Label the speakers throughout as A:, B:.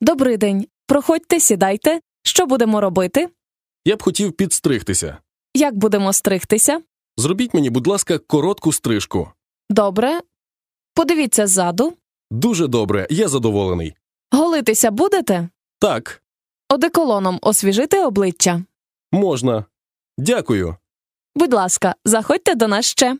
A: Добрий день. Проходьте, сідайте. Що будемо робити?
B: Я б хотів підстригтися.
A: Як будемо стригтися?
B: Зробіть мені, будь ласка, коротку стрижку.
A: Добре. Подивіться ззаду.
B: Дуже добре, я задоволений.
A: Голитися будете?
B: Так,
A: Одеколоном освіжити обличчя.
B: можна. Дякую.
A: Будь ласка, заходьте до нас ще.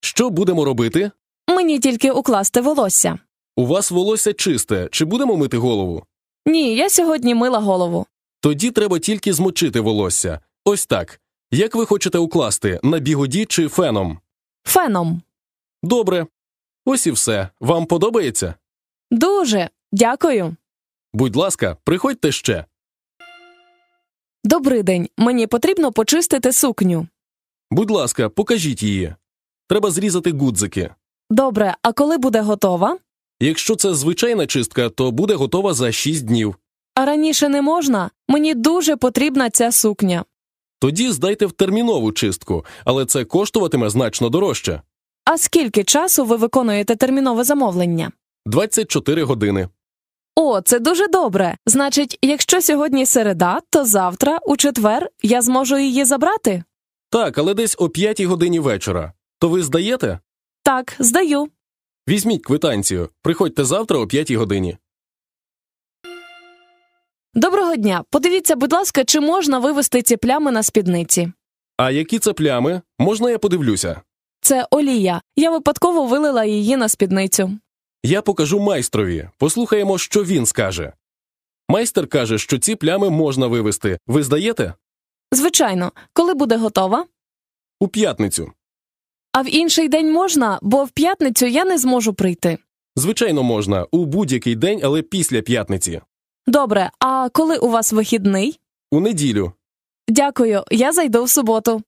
B: Що будемо робити?
A: Мені тільки укласти волосся.
B: У вас волосся чисте. Чи будемо мити голову?
A: Ні, я сьогодні мила голову.
B: Тоді треба тільки змочити волосся. Ось так. Як ви хочете укласти на бігоді чи феном?
A: Феном.
B: Добре. Ось і все. Вам подобається?
A: Дуже дякую.
B: Будь ласка, приходьте ще.
A: Добрий день. Мені потрібно почистити сукню.
B: Будь ласка, покажіть її. Треба зрізати гудзики.
A: Добре, а коли буде готова?
B: Якщо це звичайна чистка, то буде готова за 6 днів.
A: А раніше не можна. Мені дуже потрібна ця сукня.
B: Тоді здайте в термінову чистку, але це коштуватиме значно дорожче
A: А скільки часу ви виконуєте термінове замовлення?
B: 24 години.
A: О, це дуже добре. Значить, якщо сьогодні середа, то завтра, у четвер, я зможу її забрати?
B: Так, але десь о 5 годині вечора. То ви здаєте?
A: Так, здаю.
B: Візьміть квитанцію. Приходьте завтра о 5 годині.
A: Доброго дня. Подивіться, будь ласка, чи можна вивести ці плями на спідниці.
B: А які це плями? Можна я подивлюся?
A: Це олія. Я випадково вилила її на спідницю.
B: Я покажу майстрові. Послухаємо, що він скаже. Майстер каже, що ці плями можна вивести. Ви здаєте?
A: Звичайно, коли буде готова?
B: У п'ятницю.
A: А в інший день можна, бо в п'ятницю я не зможу прийти.
B: Звичайно, можна у будь-який день, але після п'ятниці.
A: Добре, а коли у вас вихідний?
B: У неділю.
A: Дякую, я зайду в суботу.